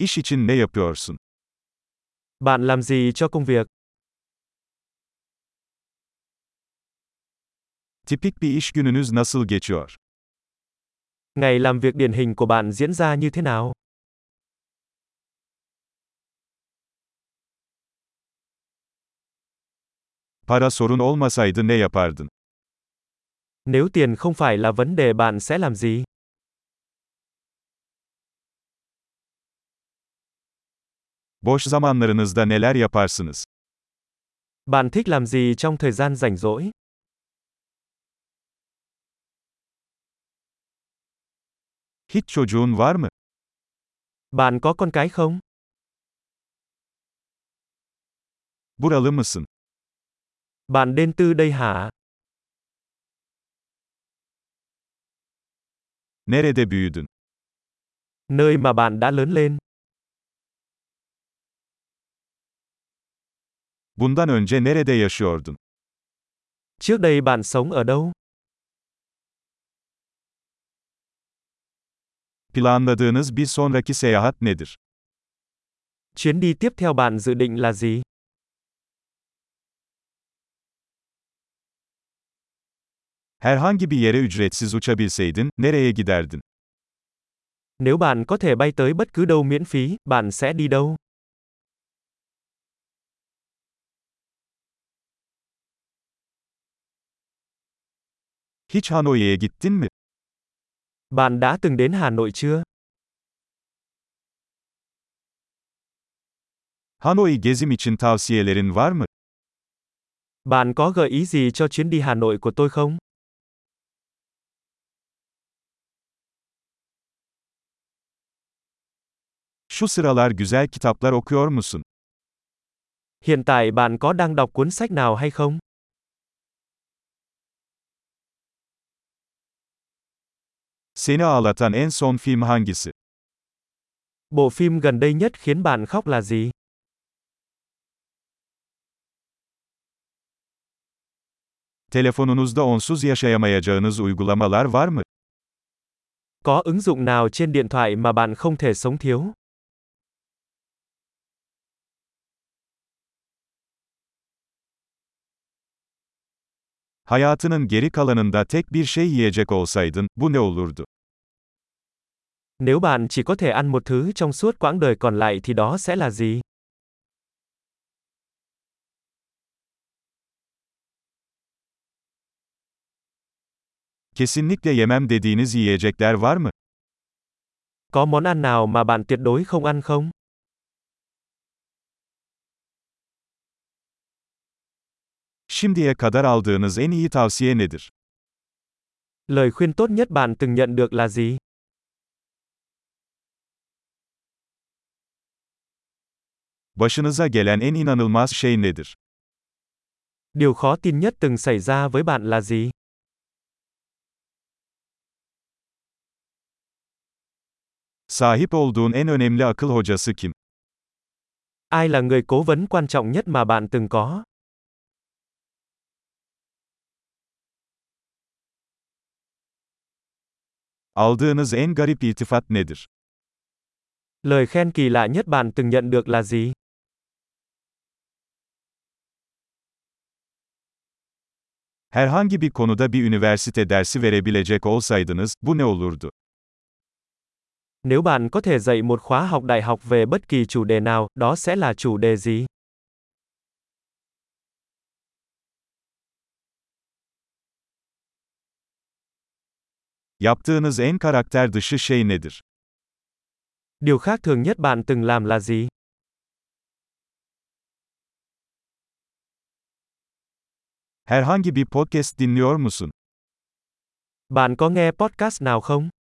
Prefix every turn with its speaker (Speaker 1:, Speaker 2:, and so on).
Speaker 1: İş için ne yapıyorsun?
Speaker 2: Bạn làm gì cho công việc?
Speaker 1: Tipik bir iş gününüz nasıl geçiyor?
Speaker 2: Ngày làm việc điển hình của bạn diễn ra như thế nào?
Speaker 1: Para sorun olmasaydı ne yapardın?
Speaker 2: Nếu tiền không phải là vấn đề bạn sẽ làm gì?
Speaker 1: Boş zamanlarınızda neler yaparsınız?
Speaker 2: Bạn thích làm gì trong thời gian rảnh rỗi?
Speaker 1: Hiç çocuğun var mı?
Speaker 2: Bạn có con cái không?
Speaker 1: Buralı mısın?
Speaker 2: Bạn đến từ đây hả?
Speaker 1: Nerede büyüdün?
Speaker 2: Nơi mà bạn đã lớn lên,
Speaker 1: Bundan önce nerede yaşıyordun?
Speaker 2: trước đây bạn sống ở đâu?
Speaker 1: Planladığınız bir sonraki seyahat nedir?
Speaker 2: Chuyến đi tiếp theo bạn dự định là gì?
Speaker 1: Herhangi bir yere ücretsiz uçabilseydin, nereye giderdin?
Speaker 2: Nếu bạn có thể bay tới bất cứ đâu miễn phí, bạn sẽ đi đâu?
Speaker 1: Hiç Hanoi'ye gittin mi?
Speaker 2: Bạn đã từng đến Hà Nội chưa?
Speaker 1: Hanoi gezim için tavsiyelerin var mı?
Speaker 2: Bạn có gợi ý gì cho chuyến đi Hà Nội của tôi không?
Speaker 1: Şu sıralar güzel kitaplar okuyor musun?
Speaker 2: Hiện tại bạn có đang đọc cuốn sách nào hay không?
Speaker 1: Seni ağlatan en son film hangisi?
Speaker 2: Bộ phim gần đây nhất khiến bạn khóc là gì?
Speaker 1: Telefonunuzda onsuz yaşayamayacağınız uygulamalar var mı?
Speaker 2: Có ứng dụng nào trên điện thoại mà bạn không thể sống thiếu?
Speaker 1: Hayatının geri kalanında tek bir şey yiyecek olsaydın, bu ne olurdu?
Speaker 2: Nếu bạn chỉ có thể ăn một thứ trong suốt quãng đời còn lại thì đó sẽ là gì?
Speaker 1: Kesinlikle yemem dediğiniz yiyecekler var mı?
Speaker 2: Có món ăn nào mà bạn tuyệt đối không ăn không?
Speaker 1: Şimdiye kadar aldığınız en iyi tavsiye nedir?
Speaker 2: Lời khuyên tốt nhất bạn từng nhận được là gì?
Speaker 1: Başınıza gelen en inanılmaz şey nedir?
Speaker 2: Điều khó tin nhất từng xảy ra với bạn là gì?
Speaker 1: Sahip olduğun en önemli akıl hocası kim?
Speaker 2: Ai là người cố vấn quan trọng nhất mà bạn từng có?
Speaker 1: Aldığınız en garip iltifat nedir?
Speaker 2: Lời khen kỳ lạ nhất bạn từng nhận được là gì?
Speaker 1: Herhangi bir konuda bir üniversite dersi verebilecek olsaydınız, bu ne olurdu?
Speaker 2: Nếu bạn có thể dạy một khóa học đại học về bất kỳ chủ đề nào, đó sẽ là chủ đề gì?
Speaker 1: Yaptığınız en karakter dışı şey nedir?
Speaker 2: Điều khác thường nhất bạn từng làm là gì?
Speaker 1: Herhangi bir podcast dinliyor musun?
Speaker 2: Bạn có nghe podcast nào không?